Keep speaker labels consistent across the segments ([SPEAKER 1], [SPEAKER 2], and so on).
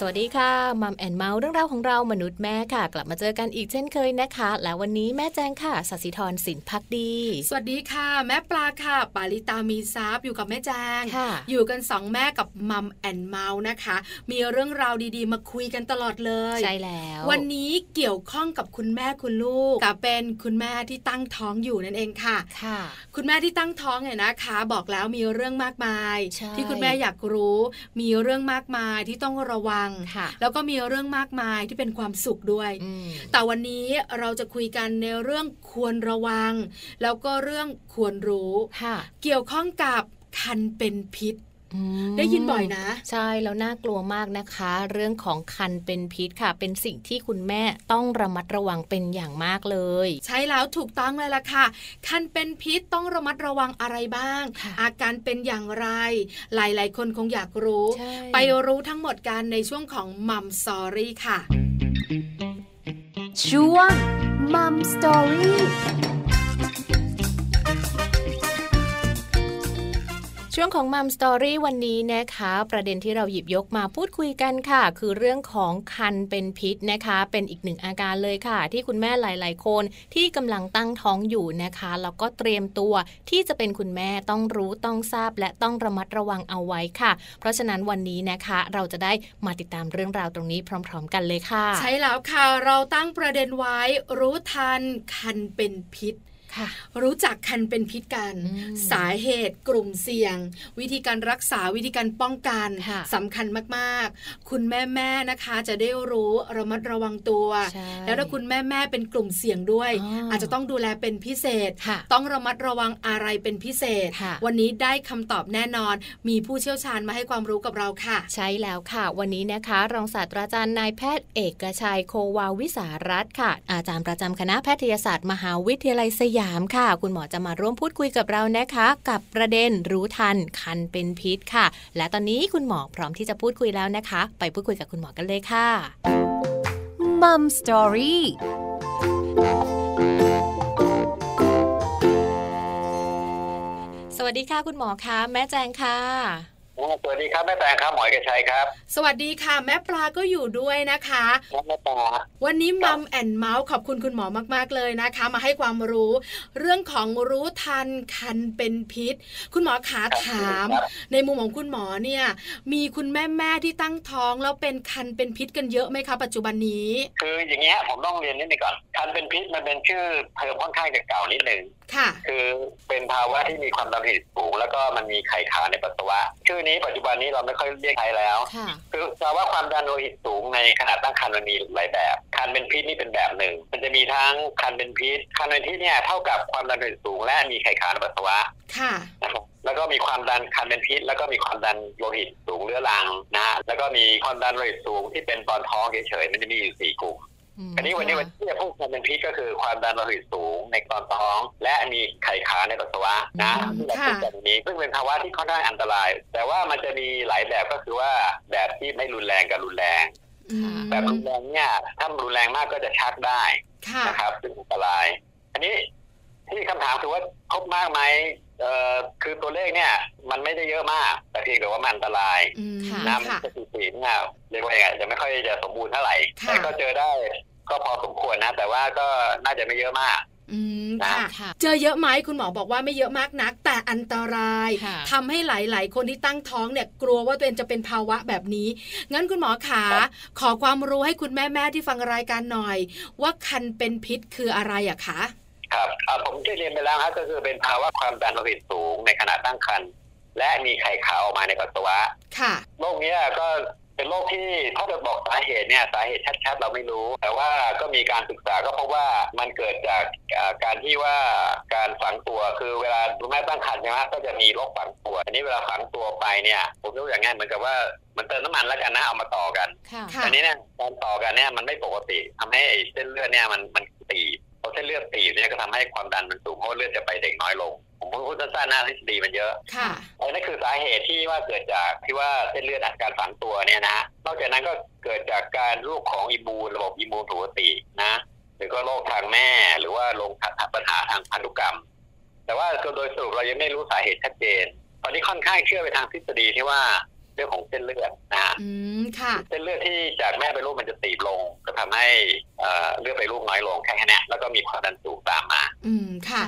[SPEAKER 1] สวัสดีค่ะมัมแอนเมาส์เรื่องราวของเรามนุษย์แม่ค่ะ กลับมาเจอกันอีกเช่นเคยนะคะ และวันนี้แม่แจงค่ะสัสิธรสินพักดี
[SPEAKER 2] สวัสดีค่ะ แม่ปลาค่ะ ปาลิตามีซับอยู่กับแม่แจง
[SPEAKER 1] ค่ะ
[SPEAKER 2] อยู่กันสองแม่กับมัมแอนเมาส์นะคะ มีเรื่องราวดีๆ มาคุยกันตลอดเลย
[SPEAKER 1] ใช่แล้ว
[SPEAKER 2] วันนี้เกี่ยวข้องกับคุณแม่คุณลูกกับเป็นคุณแม่ที่ตั้งท้องอยู่นั่นเองค่ะ
[SPEAKER 1] ค่ะ
[SPEAKER 2] คุณแม่ที่ตั้งท้องเนี่ยนะคะ บอกแล้วมีเรื่องมากมาย
[SPEAKER 1] ใช่
[SPEAKER 2] ที่คุณแม่อยากรู้ มีเรื่องมากมายที่ต้องระวัง
[SPEAKER 1] ค่ะ
[SPEAKER 2] แล้วก็มีเรื่องมากมายที่เป็นความสุขด้วย
[SPEAKER 1] อืม
[SPEAKER 2] แต่วันนี้เราจะคุยกันในเรื่องควรระวัง แล้วก็เรื่องควรรู้
[SPEAKER 1] ค่ะ
[SPEAKER 2] เกี่ยวข้องกับคันเป็นพิษ
[SPEAKER 1] อืม
[SPEAKER 2] ได้ยินบ่อยนะ
[SPEAKER 1] ใช่แล้วน่ากลัวมากนะคะ เรื่องของคันเป็นพิษค่ะ เป็นสิ่งที่คุณแม่ต้องระมัดระวังเป็นอย่างมากเลย
[SPEAKER 2] ใช่แล้วถูกต้องเลยล่ะค่ะ คันเป็นพิษต้องระมัดระวังอะไรบ้าง
[SPEAKER 1] ค่ะ
[SPEAKER 2] อาการเป็นอย่างไร หลายๆ คนคงอยากรู้
[SPEAKER 1] ใช่
[SPEAKER 2] ไปรู้ทั้งหมดกันในช่วงของมัมสอรี่ค่ะ
[SPEAKER 3] ช่วงมัมสตอรี่
[SPEAKER 1] ช่วงของมัมสตอรี่วันนี้นะคะ ประเด็นที่เราหยิบยกมาพูดคุยกันค่ะ คือเรื่องของคันเป็นพิษนะคะ เป็นอีกหนึ่งอาการเลยค่ะ ที่คุณแม่หลาย ๆ คนที่กำลังตั้งท้องอยู่นะคะแล้วก็เตรียมตัวที่จะเป็นคุณแม่ต้องรู้ต้องทราบ และต้องระมัดระวังเอาไว้ค่ะ เพราะฉะนั้นวันนี้นะคะ เราจะได้มาติดตามเรื่องราวตรงนี้พร้อม ๆ กันเลยค่ะ
[SPEAKER 2] ใช่แล้วค่ะ เราตั้งประเด็นไว้รู้ทันคันเป็นพิษ
[SPEAKER 1] ค่ะ
[SPEAKER 2] รู้จักคันเป็นพิษกัน
[SPEAKER 1] อืม
[SPEAKER 2] สาเหตุกลุ่มเสี่ยง วิธีการรักษาวิธีการป้องกัน
[SPEAKER 1] ค่ะ
[SPEAKER 2] สำคัญมากๆ คุณแม่แม่ๆนะคะ จะได้รู้ระมัดระวังตัว
[SPEAKER 1] ใช่
[SPEAKER 2] แล้วถ้าคุณแม่แม่ๆเป็นกลุ่มเสี่ยงด้วย
[SPEAKER 1] อ๋ออ
[SPEAKER 2] อาจจะต้องดูแลเป็นพิเศษ
[SPEAKER 1] ค่ะ
[SPEAKER 2] ต้องระมัดระวังอะไรเป็นพิเศษ
[SPEAKER 1] ค่ะ
[SPEAKER 2] วันนี้ได้คำตอบแน่นอน มีผู้เชี่ยวชาญมาให้ความรู้กับเราค่ะ
[SPEAKER 1] ใช่แล้วค่ะ วันนี้นะคะ รองศาสตราจารย์นายแพทย์เอกชัยโควาวิสารัตน์ค่ะ อาจารย์ประจำคณะแพทยศาสตร์มหาวิทยาลัยสยามค่ะ คุณหมอจะมาร่วมพูดคุยกับเรานะคะ กับประเด็นรู้ทันคันเป็นพิษค่ะ และตอนนี้คุณหมอพร้อมที่จะพูดคุยแล้วนะคะ ไปพูดคุยกับคุณหมอกันเลยค่ะ
[SPEAKER 3] มัมสตอรี่
[SPEAKER 1] สวัสดีค่ะคุณหมอคะแม่แจงค่ะ
[SPEAKER 4] อ๋อสวัสดีครับแม่แตงครับหมอยกระชัยครับ
[SPEAKER 2] สวัสดีค่ะ แม่ปลาก็อยู่ด้วยนะคะ
[SPEAKER 4] ครับแม่ตา
[SPEAKER 2] วันนี้มัมแอนเมาส์ขอบคุณคุณหมอมาก ๆ เลยนะคะ มาให้ความรู้ เรื่องของรู้ทันคันเป็นพิษ คุณหมอขาถาม
[SPEAKER 4] ครับ
[SPEAKER 2] ในมุมของคุณหมอเนี่ย มีคุณแม่แม่ๆที่ตั้งท้องแล้วเป็นคันเป็นพิษกันเยอะไหมคะ ปัจจุบันนี้
[SPEAKER 4] คืออย่างเงี้ยผมต้องเรียนนิดหนึงก่อนคันเป็นพิษมันเป็นชื่อเพิ่มค่อนข้างจะเก่านิดหนึง
[SPEAKER 2] ค่ะ
[SPEAKER 4] คือเป็นภาวะที่มีความดันโลหิตสูง แล้วก็มันมีไข่ขาวในปัสสาวะ ชื่อนี้ปัจจุบันนี้เราไม่ค่อยเรียกใช้แล้ว
[SPEAKER 1] ค่ะ
[SPEAKER 4] คือภาวะความดันโลหิตสูงในขณะตั้งครรภ์มันมีหลายแบบ คันเป็นพิษนี่เป็นแบบหนึ่ง มันจะมีทั้งคันเป็นพิษ คันเป็นพิษเนี่ยเท่ากับความดันโลหิตสูง และมีไข่ขาวในปัสสาวะ
[SPEAKER 2] ค่ะ
[SPEAKER 4] นะครับแล้วก็มีความดันคันเป็นพิษ แล้วก็มีความดันโลหิตสูงเรื้อรังนะฮะแล้วก็มีความดันโลหิตสูงที่เป็นตอนท้องเฉยๆมันจะมีอยู่สี่กลุ่มอันนี้วันนี้วันที่จะพูดคันเป็นพิษก็คือความดันโลหิตสูงในตอนท้อง และมีไข่ขาวในปัสสาวะนะ
[SPEAKER 1] อืม
[SPEAKER 4] ที่เราพูดกันวันนี้ซึ่งเป็นภาวะที่ค่อนข้างอันตราย แต่ว่ามันจะมีหลายแบบก็คือว่าแบบที่ไม่รุนแรงกับรุนแรง
[SPEAKER 2] อืม
[SPEAKER 4] แบบรุนแรงเนี่ยถ้ามันรุนแรงมากก็จะชักได้
[SPEAKER 2] ค่ะ
[SPEAKER 4] นะครับซึ่งอันตราย อันนี้ที่คำถามคือว่าพบมากไหมเอ่อคือตัวเลขเนี่ย มันไม่ได้เยอะมาก แต่เพียงแต่ว่ามันอันตราย
[SPEAKER 2] อืม
[SPEAKER 1] ค่ะ
[SPEAKER 4] นะมัน
[SPEAKER 2] ค่ะ
[SPEAKER 4] สถิติเนี่ยเรียกว่ายังไงจะไม่ค่อยจะสมบูรณ์เท่าไหร่
[SPEAKER 2] ค่ะ
[SPEAKER 4] แต่ก็เจอได้ก็พอสมควรนะ แต่ว่าก็น่าจะไม่เยอะมาก
[SPEAKER 2] อืมค่ะ
[SPEAKER 1] ค่ะ
[SPEAKER 2] เจอเยอะไหมคุณหมอบอกว่าไม่เยอะมากนัก แต่อันตราย
[SPEAKER 1] ค่ะ
[SPEAKER 2] ทำให้หลาย ๆ คนที่ตั้งท้องเนี่ย กลัวว่าตัวเองจะเป็นภาวะแบบนี้ งั้นคุณหมอขา
[SPEAKER 4] ครับ
[SPEAKER 2] ขอความรู้ให้คุณแม่แม่ๆที่ฟังรายการหน่อย ว่าคันเป็นพิษคืออะไรอะคะ
[SPEAKER 4] ครับอ่าผมได้เรียนไปแล้วครับก็คือเป็นภาวะความดันโลหิตสูงในขณะตั้งครรภ์และมีไข่ขาวออกมาในปัสสาวะ
[SPEAKER 2] ค่ะ
[SPEAKER 4] โรคเนี้ยก็เป็นโรคที่ถ้าจะบอกสาเหตุเนี่ยสาเหตุชัดๆเราไม่รู้ แต่ว่าก็มีการศึกษาก็พบว่ามันเกิดจากอ่าการที่ว่าการฝังตัวคือเวลาคุณแม่ตั้งครรภ์ใช่ไหมก็จะมีโรคฝังตัวอันนี้เวลาฝังตัวไปเนี่ยผมยกอย่างง่ายเหมือนกับว่ามันเติมน้ำมันแล้วกันนะเอามาต่อกัน
[SPEAKER 1] ค่ะ
[SPEAKER 2] ค่ะ
[SPEAKER 4] อันนี้เนี่ยการต่อกันเนี่ยมันไม่ปกติทำให้เส้นเลือดเนี่ยมันมันตีบพอเส้นเลือดตีบเนี่ยก็ทำให้ความดันมันสูงเพราะว่าเลือดจะไปเด็กน้อยลง ผมพูดสั้นๆนะทฤษฎีมันเยอะ
[SPEAKER 2] ค่ะ
[SPEAKER 4] อันนั้นคือสาเหตุที่ว่าเกิดจากที่ว่าเส้นเลือดอักการฝังตัวเนี่ยนะ นอกจากนั้นก็เกิดจากการลูกของอิมมูนระบบอิมมูนผิดปกตินะ หรือก็โรคทางแม่หรือว่าลงปัญหาทางพันธุกรรม แต่ว่าโดยสรุปเรายังไม่รู้สาเหตุชัดเจน ตอนนี้ค่อนข้างเชื่อไปทางทฤษฎีที่ว่าเรื่องของเส้นเลือดนะฮะ
[SPEAKER 2] อืมค่ะ
[SPEAKER 4] เส้นเลือดที่จากแม่ไปลูกมันจะตีบลง ก็ทำให้เอ่อเลือดไปลูกน้อยลงแค่นี้แล้วก็มีความดันสูงตามมา
[SPEAKER 2] อืมค่ะ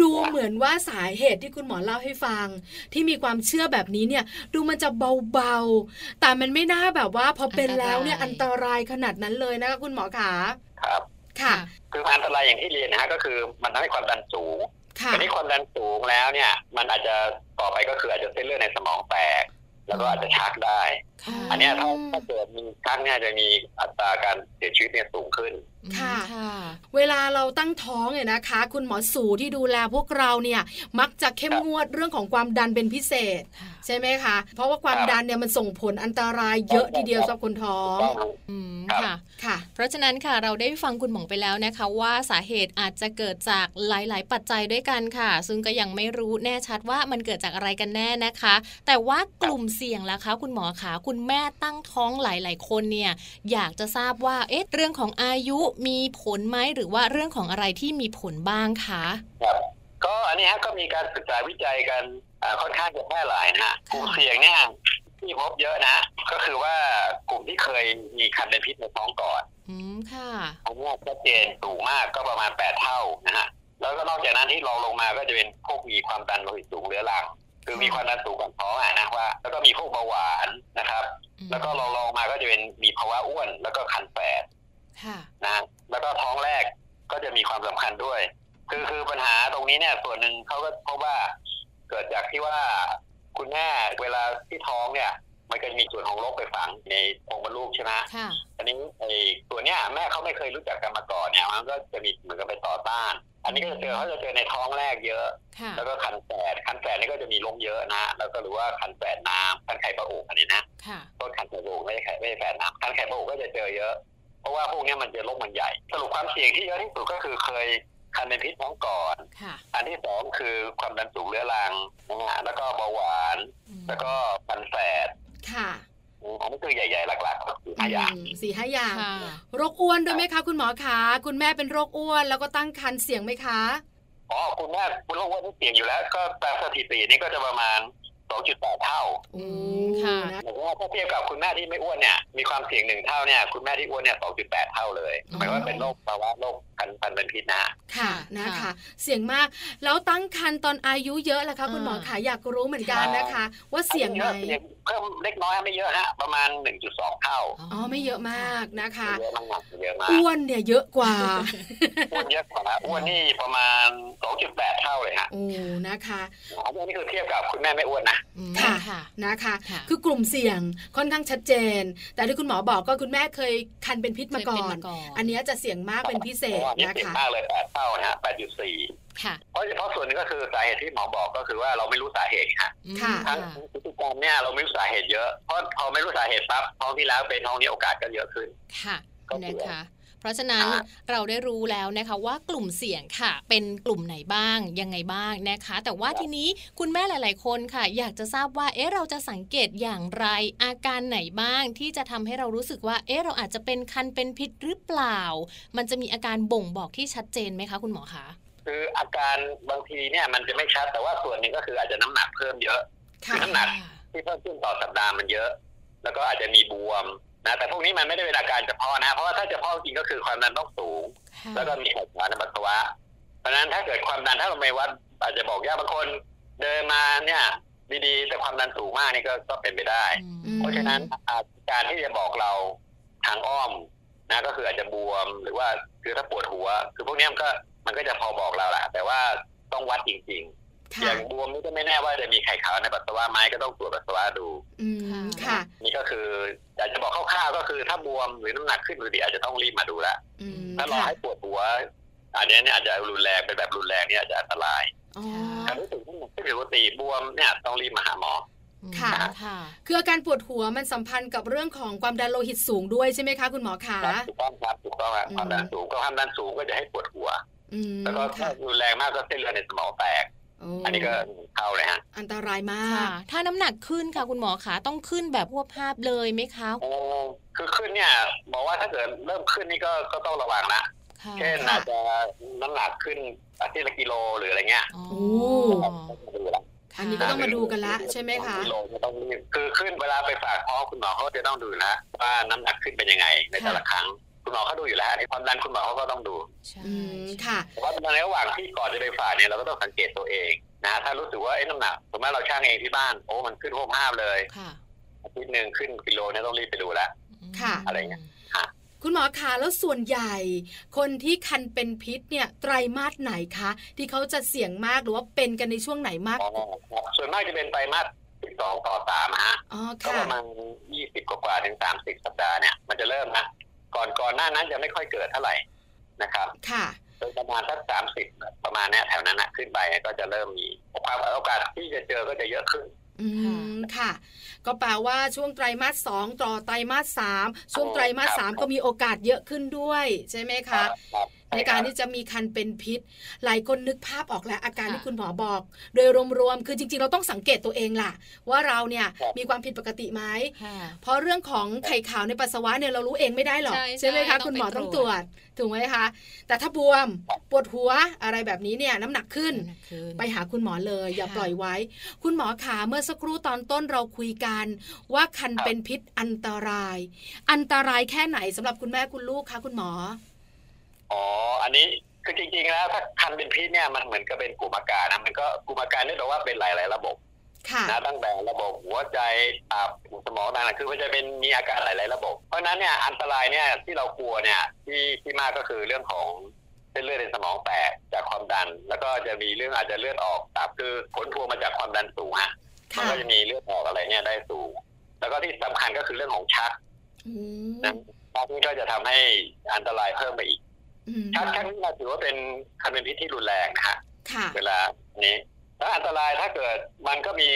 [SPEAKER 2] ดูเหมือนว่าสาเหตุที่คุณหมอเล่าให้ฟัง ที่มีความเชื่อแบบนี้เนี่ย ดูมันจะเบาๆ แต่มันไม่น่าแบบว่าพอเป็นแล้วเนี่ย
[SPEAKER 1] อั
[SPEAKER 2] อั
[SPEAKER 1] น
[SPEAKER 2] น
[SPEAKER 1] ต
[SPEAKER 2] ต
[SPEAKER 1] ราย
[SPEAKER 2] รายขนาดนั้นเลยนะคะคุณหมอขา
[SPEAKER 4] ครับ
[SPEAKER 2] ค่ะ
[SPEAKER 4] คืออันตรายอย่างที่เรียนนะฮะก็คือมันทำให้ความดันสูง
[SPEAKER 2] ค่ะ
[SPEAKER 4] ทีนี้ความดันสูงแล้วเนี่ย มันอาจจะต่อไปก็คืออาจจะเส้นเลือดในสมองแตก แล้วก็อาจจะชักได้
[SPEAKER 1] ค่ะ
[SPEAKER 4] อันเนี้ยถ้า
[SPEAKER 2] อืม
[SPEAKER 4] ถ้าเกิดมีชักเนี่ยจะมีอัตราการเสียชีวิตเนี่ยสูงขึ้น
[SPEAKER 2] ค่ะ
[SPEAKER 1] อืมค่ะ
[SPEAKER 2] เวลาเราตั้งท้องเนี่ยนะคะ คุณหมอสูที่ดูแลพวกเราเนี่ย มักจะเข้มงวดเรื่องของความดันเป็นพิเศษ
[SPEAKER 1] ค่ะ
[SPEAKER 2] ใช่ไหมคะ เพราะว่าความ
[SPEAKER 4] ครับ
[SPEAKER 2] ดันเนี่ยมันส่งผลอันตรายเยอะทีเดียวสำหรับคนท้อง
[SPEAKER 4] ต้อง
[SPEAKER 1] อืม
[SPEAKER 4] ครับ
[SPEAKER 1] ค่ะ
[SPEAKER 2] ค่ะ
[SPEAKER 1] เพราะฉะนั้นค่ะเราได้ฟังคุณหมอไปแล้วนะคะ ว่าสาเหตุอาจจะเกิดจากหลาย ๆ ปัจจัยด้วยกันค่ะ ซึ่งก็ยังไม่รู้แน่ชัดว่ามันเกิดจากอะไรกันแน่นะคะ แต่ว่ากลุ่มเสี่ยงล่ะคะ คุณหมอคะคุณแม่ตั้งท้องหลาย ๆ คนเนี่ยอยากจะทราบว่าเอ๊ะเรื่องของอายุมีผลไหมหรือว่าเรื่องของอะไรที่มีผลบ้างคะ
[SPEAKER 4] ครับก็อันนี้ฮะก็มีการศึกษาวิจัยกันอ่าค่อนข้างจะแพร่หลายนะฮะกลุ่มเสี่ยงเนี่ยที่พบเยอะนะ ก็คือว่ากลุ่มที่เคยมีคันเป็นพิษในท้องก่อน
[SPEAKER 1] อืมค่ะ
[SPEAKER 4] อันเนี้ยชัดเจนสูงมากก็ประมาณแปดเท่านะฮะแล้วก็นอกจากนั้นที่รองลงมาก็จะเป็นพวกมีความดันโลหิตสูงเรื้อรัง คือมีความดันสูงก่อนท้องอ่ะนะว่า แล้วก็มีพวกเบาหวานนะครับ แล้วก็รองลงมาก็จะเป็นมีภาวะอ้วน แล้วก็คันแสบ
[SPEAKER 1] ค่ะ
[SPEAKER 4] นะฮะแล้วก็ท้องแรกก็จะมีความสำคัญด้วย คือคือปัญหาตรงนี้เนี่ยส่วนหนึ่งเขาก็พบว่า เกิดจากที่ว่าคุณแม่เวลาที่ท้องเนี่ย มันก็จะมีส่วนของโรคไปฝังในโพรงมดลูกใช่ไหม
[SPEAKER 1] ค่ะ
[SPEAKER 4] อันนี้ไอ้ตัวเนี้ยแม่เขาไม่เคยรู้จักกันมาก่อนเนี่ยมันก็จะมีเหมือนกับไปต่อต้าน อันนี้ก็จะเจอเขาจะเจอในท้องแรกเยอะ
[SPEAKER 1] ค่ะ
[SPEAKER 4] แล้วก็คันแสดคันแสดนี่ก็จะมีลมเยอะนะ แล้วก็หรือว่าคันแสดน้ำคันไข่ปลาโอกอันนี้นะ
[SPEAKER 1] ค่ะ
[SPEAKER 4] ต้นขันไข่ปลาโอกไม่ใช่ไข่ไม่ใช่แฝดน้ำขันไข่ปลาโอกก็จะเจอเยอะ เพราะว่าพวกเนี้ยมันจะโรคมันใหญ่ สรุปความเสี่ยงที่เยอะที่สุดก็คือเคยคันเป็นพิษท้องก่อน
[SPEAKER 1] ค่ะ
[SPEAKER 4] อันที่สองคือความดันสูงเรื้อรังนะฮะแล้วก็เบาหวาน
[SPEAKER 1] อืม
[SPEAKER 4] แล้วก็ฟันแสบ
[SPEAKER 2] ค่ะ
[SPEAKER 4] อันนี้คือใหญ่ๆหลักๆก็คือห้าอย่าง
[SPEAKER 2] อืมสี่ห้าอย่าง
[SPEAKER 1] ค่ะ
[SPEAKER 2] โรคอ้วนด้วยไหมคะ คุณหมอคะคุณแม่เป็นโรคอ้วนแล้วก็ตั้งครรภ์เสี่ยงไหมคะ
[SPEAKER 4] อ๋อคุณแม่คุณโรคอ้วนที่เสี่ยงอยู่แล้ว ก็ตามสถิตินี่ก็จะประมาณ 2.8 เท่า
[SPEAKER 1] อืมค่ะ
[SPEAKER 4] หมายความว่าถ้าเทียบกับคุณแม่ที่ไม่อ้วนเนี่ยมีความเสี่ยงหนึ่งเท่าเนี่ยคุณแม่ที่อ้วนเนี่ย 2.8 เท่าเลยหมายความว่าเป็นโรคภาวะโรคคันพันเป็นพิษนะฮะ
[SPEAKER 2] ค่ะนะ
[SPEAKER 1] ค่ะ
[SPEAKER 2] คะ เสี่ยงมาก แล้วตั้งครรภ์ตอนอายุเยอะล่ะคะคุณหมอ
[SPEAKER 1] อ่า
[SPEAKER 2] คะอยากรู้เหมือนกันนะคะ ว่าเสี่ยงไหม
[SPEAKER 4] เสี่ยงเพิ่มเล็กน้อยไม่เยอะฮะประมาณ 1.2 เท่า
[SPEAKER 2] อ๋อไม่เยอะมากนะคะ
[SPEAKER 4] ไม่เยอะมากไม่เยอะมาก
[SPEAKER 2] อ้วนเนี่ยเยอะกว่า
[SPEAKER 4] อ้วนเยอะกว่านะอ้วนนี่ประมาณ 2.8 เท่าเลยฮะ
[SPEAKER 2] โอ้นะคะ
[SPEAKER 4] อันนี้คือเทียบกับคุณแม่ไม่อ้วนนะ
[SPEAKER 1] อืม
[SPEAKER 2] ค่ะ
[SPEAKER 1] ค่ะ
[SPEAKER 2] นะคะ
[SPEAKER 1] ค่ะ
[SPEAKER 2] คือกลุ่มเสี่ยงค่อนข้างชัดเจน แต่ที่คุณหมอบอกก็คุณแม่เคยคันเป็นพิษมาก่อ
[SPEAKER 1] เคย
[SPEAKER 2] น
[SPEAKER 1] เป็ก่
[SPEAKER 2] อันเนี้ยจะเสี่ยงมากเป็นพิเศษ
[SPEAKER 4] เพราะว่าอันนี้
[SPEAKER 2] นะ
[SPEAKER 4] เสี่ยง
[SPEAKER 2] คะ
[SPEAKER 4] มากเลย 8 เท่านะฮะ 8.4
[SPEAKER 1] ค่ะ
[SPEAKER 4] เพราะเฉพาะส่วนหนึงก็คือสาเหตุที่หมอบอกก็คือว่าเราไม่รู้สาเหตุฮะ
[SPEAKER 1] อืม
[SPEAKER 2] ค่ะ
[SPEAKER 4] ทั้งพฤติกรรมเนี่ยเราไม่รู้สาเหตุเยอะเพราะพอไม่รู้สาเหตุปั๊บท้องที่แล้วเป็นท้องนี้โอกาสก็เยอะขึ้น
[SPEAKER 1] ค่ะ
[SPEAKER 4] ก็คือ
[SPEAKER 1] นะคะ เพราะฉะนั้น
[SPEAKER 4] อ่า
[SPEAKER 1] เราได้รู้แล้วนะคะว่ากลุ่มเสี่ยงค่ะ เป็นกลุ่มไหนบ้างยังไงบ้างนะคะ แต่ว่าทีนี้คุณแม่หลาย ๆ คนค่ะ อยากจะทราบว่าเอ๊ะเราจะสังเกตอย่างไรอาการไหนบ้างที่จะทำให้เรารู้สึกว่าเอ๊ะเราอาจจะเป็นคันเป็นพิษหรือเปล่า มันจะมีอาการบ่งบอกที่ชัดเจนไหมคะคุณหมอคะ
[SPEAKER 4] คืออาการบางทีเนี่ยมันจะไม่ชัดแต่ว่าส่วนหนึ่งก็คืออาจจะน้ำหนักเพิ่มเยอะ
[SPEAKER 2] ค่ะ
[SPEAKER 4] น้ำหนัก ที่เพิ่มขึ้นต่อสัปดาห์มันเยอะ แล้วก็อาจจะมีบวมนะ แต่พวกนี้มันไม่ได้เป็นอาการเฉพาะนะ เพราะว่าถ้าเฉพาะจริงก็คือความดันต้องสูง
[SPEAKER 1] ค่ะ
[SPEAKER 4] แล้วก็มีไขมันในปัสสาวะ เพราะฉะนั้นถ้าเกิดความดันถ้าเราไม่วัด อาจจะบอกยากบางคน เดินมาเนี่ย ดีๆ แต่ความดันสูงมากนี่ก็ก็เป็นไปได้
[SPEAKER 1] อืม
[SPEAKER 4] เพราะฉะนั้นอาการที่จะบอกเราทางอ้อมนะก็คืออาจจะบวมหรือว่าคือถ้าปวดหัว คือพวกเนี้ยมันก็มันก็จะพอบอกเราแหละแต่ว่าต้องวัดจริง ๆ อ
[SPEAKER 2] ค่ะ
[SPEAKER 4] ย่างบวมนี่ก็ไม่แน่ว่าจะมีไข่ขาวในปัสสาวะไหมก็ต้องตรวจปัสสาวะดู
[SPEAKER 2] อืมค่ะ
[SPEAKER 4] นี่ก็คืออยากจะบอกคร่าวๆก็คือถ้าบวมหรือน้ำหนักขึ้นหรือดีอาจจะต้องรีบมาดูละ
[SPEAKER 2] อืม
[SPEAKER 4] ถ้ารอ
[SPEAKER 2] ค่ะ
[SPEAKER 4] ให้ปวดหัว อันนี้เนี่ยอาจจะรุนแรงเป็นแบบรุนแรงเนี่ยอาจจะอันตราย
[SPEAKER 2] อ๋อ
[SPEAKER 4] ถ้ารู้สึกว่าผิดปกติบวมเนี่ยต้องรีบมาหาหมอ
[SPEAKER 2] ค่ะ
[SPEAKER 1] ค่ะ
[SPEAKER 2] คืออาการปวดหัวมันสัมพันธ์กับเรื่องของความดันโลหิตสูงด้วยใช่ไหมคะคุณหมอคะ
[SPEAKER 4] ถูกต้องครับถูกต้องครับ
[SPEAKER 2] อืม
[SPEAKER 4] ความดันสูงก็ความดันสูงก็จะให้ปวดหัว
[SPEAKER 2] อืม
[SPEAKER 4] แล้วก็ถ้า
[SPEAKER 2] ค่ะ
[SPEAKER 4] รุนแรงมากก็เส้นเลือดในสมองแตก
[SPEAKER 2] โ
[SPEAKER 4] อันนี้ก็เข้าเลยฮะ
[SPEAKER 2] อันตรายมา
[SPEAKER 1] ค่ะ
[SPEAKER 2] ก
[SPEAKER 1] ถ้าน้ำหนักขึ้นค่ะคุณหมอคะต้องขึ้นแบบพวบภาพเลยไหมคะ
[SPEAKER 4] โอ้คือขึ้นเนี่ยบอกว่าถ้าเกิดเริ่มขึ้นนี่ก็ก็ต้องระวังละ
[SPEAKER 1] ค่ะ
[SPEAKER 4] เช่นอาจจะน้ำหนักขึ้นอาทิตย์ละกิโลหรืออะไรเงี้ย
[SPEAKER 1] อ๋อ
[SPEAKER 2] โอ้
[SPEAKER 4] ต้องดูละ
[SPEAKER 1] ค่ะ
[SPEAKER 2] อันนี้ก็ต้องมาดูกันละใช่ไหมคะ
[SPEAKER 4] กิโลก็ต้องรีบคือขึ้นเวลาไปฝากท้องคุณหมอเขาจะต้องดูนะว่าน้ำหนักขึ้นเป็นยังไงในแต่ละครั้ง คุณหมอเขาดูอยู่แล้วในความดันคุณหมอเขาก็ต้องดู
[SPEAKER 1] ใช่
[SPEAKER 2] อืมค่ะ
[SPEAKER 4] แต่ว่าในระหว่างที่ก่อนจะไปฝากเนี่ยเราก็ต้องสังเกตตัวเองนะฮะถ้ารู้สึกว่าเอ๊ะน้ำหนักสมมติเราช่างเองที่บ้านโอ้มันขึ้นโคตรห้ามเลย
[SPEAKER 1] ค่ะ
[SPEAKER 4] อาทิตย์หนึ่งขึ้นกิโลเนี่ยต้องรีบไปดูละ
[SPEAKER 1] อืม
[SPEAKER 2] ค่ะ
[SPEAKER 4] อะไรเงี้ย
[SPEAKER 2] คุณหมอคะแล้วส่วนใหญ่ คนที่คันเป็นพิษเนี่ยไตรมาสไหนคะ ที่เขาจะเสี่ยงมากหรือว่าเป็นกันในช่วงไหนมาก
[SPEAKER 4] อ๋อครับส่วนมากจะเป็นไตรมาสที่สองต่อสามอะฮะ
[SPEAKER 2] อ๋อ
[SPEAKER 4] ก็
[SPEAKER 2] ค่ะ
[SPEAKER 4] ประมาณยี่สิบกว่าๆถึงสามสิบสัปดาห์เนี่ยมันจะเริ่มนะก่อนก่อนหน้านั้นจะไม่ค่อยเกิดเท่าไหร่นะครับ
[SPEAKER 2] ค่ะ
[SPEAKER 4] โดยประมาณสักสามสิบประมาณเนี้ยแถวนั้นนะขึ้นไปก็จะเริ่มมีความโอกาสที่จะเจอก็จะเยอะขึ้น
[SPEAKER 2] อืมค่ะ ก็แปลว่าช่วงไตรมาสสองต่อไตรมาสสามช่วงไตรมาสสาม
[SPEAKER 4] ครับ
[SPEAKER 2] ก็มีโอกาสเยอะขึ้นด้วยใช่ไหมคะ
[SPEAKER 4] ครับ
[SPEAKER 2] ในการที่จะมีคันเป็นพิษ หลายคนนึกภาพออกแล้วอาการที่คุณหมอบอก โดยรวมๆคือจริงๆ เราต้องสังเกตตัวเองล่ะ ว่าเราเนี่ยมีความผิดปกติไหม
[SPEAKER 1] ค่ะ
[SPEAKER 2] เพราะเรื่องของไข่ขาวในปัสสาวะเนี่ยเรารู้เองไม่ได้หรอก
[SPEAKER 1] ใช่ใช่
[SPEAKER 2] ไหมคะ
[SPEAKER 1] ต้องไป
[SPEAKER 2] คุณหมอต้อง
[SPEAKER 1] ต
[SPEAKER 2] ต
[SPEAKER 1] ร
[SPEAKER 2] ร
[SPEAKER 1] ว
[SPEAKER 2] ว
[SPEAKER 1] จ
[SPEAKER 2] จถูกไหมคะ แต่ถ้าบวมปวดหัวอะไรแบบนี้เนี่ยน้ำหนักขึ้น
[SPEAKER 1] หนักขึ้น
[SPEAKER 2] ไปหาคุณหมอเลยอย่า
[SPEAKER 1] ค่ะ
[SPEAKER 2] ปล่อยไว้ คุณหมอขาเมื่อสักครู่ตอนต้นเราคุยกัน ว่าคันเป็นพิษอันตราย อันตรายแค่ไหนสำหรับคุณแม่คุณลูกคะคุณหมอ
[SPEAKER 4] อ๋ออันนี้คือจริงๆแล้วถ้าคันเป็นพิษเนี่ยมันเหมือนกับเป็นกลุ่มอาการนะมันก็กลุ่มอาการนี่แปลว่าเป็นหลายๆระบบ
[SPEAKER 2] ค่ะ
[SPEAKER 4] นะตั้งแต่ระบบหัวใจตับสมองต่างๆคือมันจะเป็นมีอาการหลายๆระบบ เพราะฉะนั้นเนี่ยอันตรายเนี่ยที่เรากลัวเนี่ยที่ที่มากก็คือเรื่องของ เส้นเลือดในสมองแตกจากความดัน แล้วก็จะมีเรื่องอาจจะเลือดออกตามคือผลพวงมาจากความดันสูงฮะมั
[SPEAKER 2] ค่ะ
[SPEAKER 4] ก็จะมีเลือดออกอะไรเนี่ยได้สูง แล้วก็ที่สำคัญก็คือเรื่องของชัก
[SPEAKER 2] อืม
[SPEAKER 4] นะชักนี่ก็จะทำให้อันตรายเพิ่มไปอีก
[SPEAKER 2] อืม
[SPEAKER 4] ชักชักนี่เราถือว่าเป็นคันเป็นพิษที่รุนแรงนะฮะ
[SPEAKER 2] ค่ะ
[SPEAKER 4] เวลานี้แล้วอันตรายถ้าเกิดมันก็มี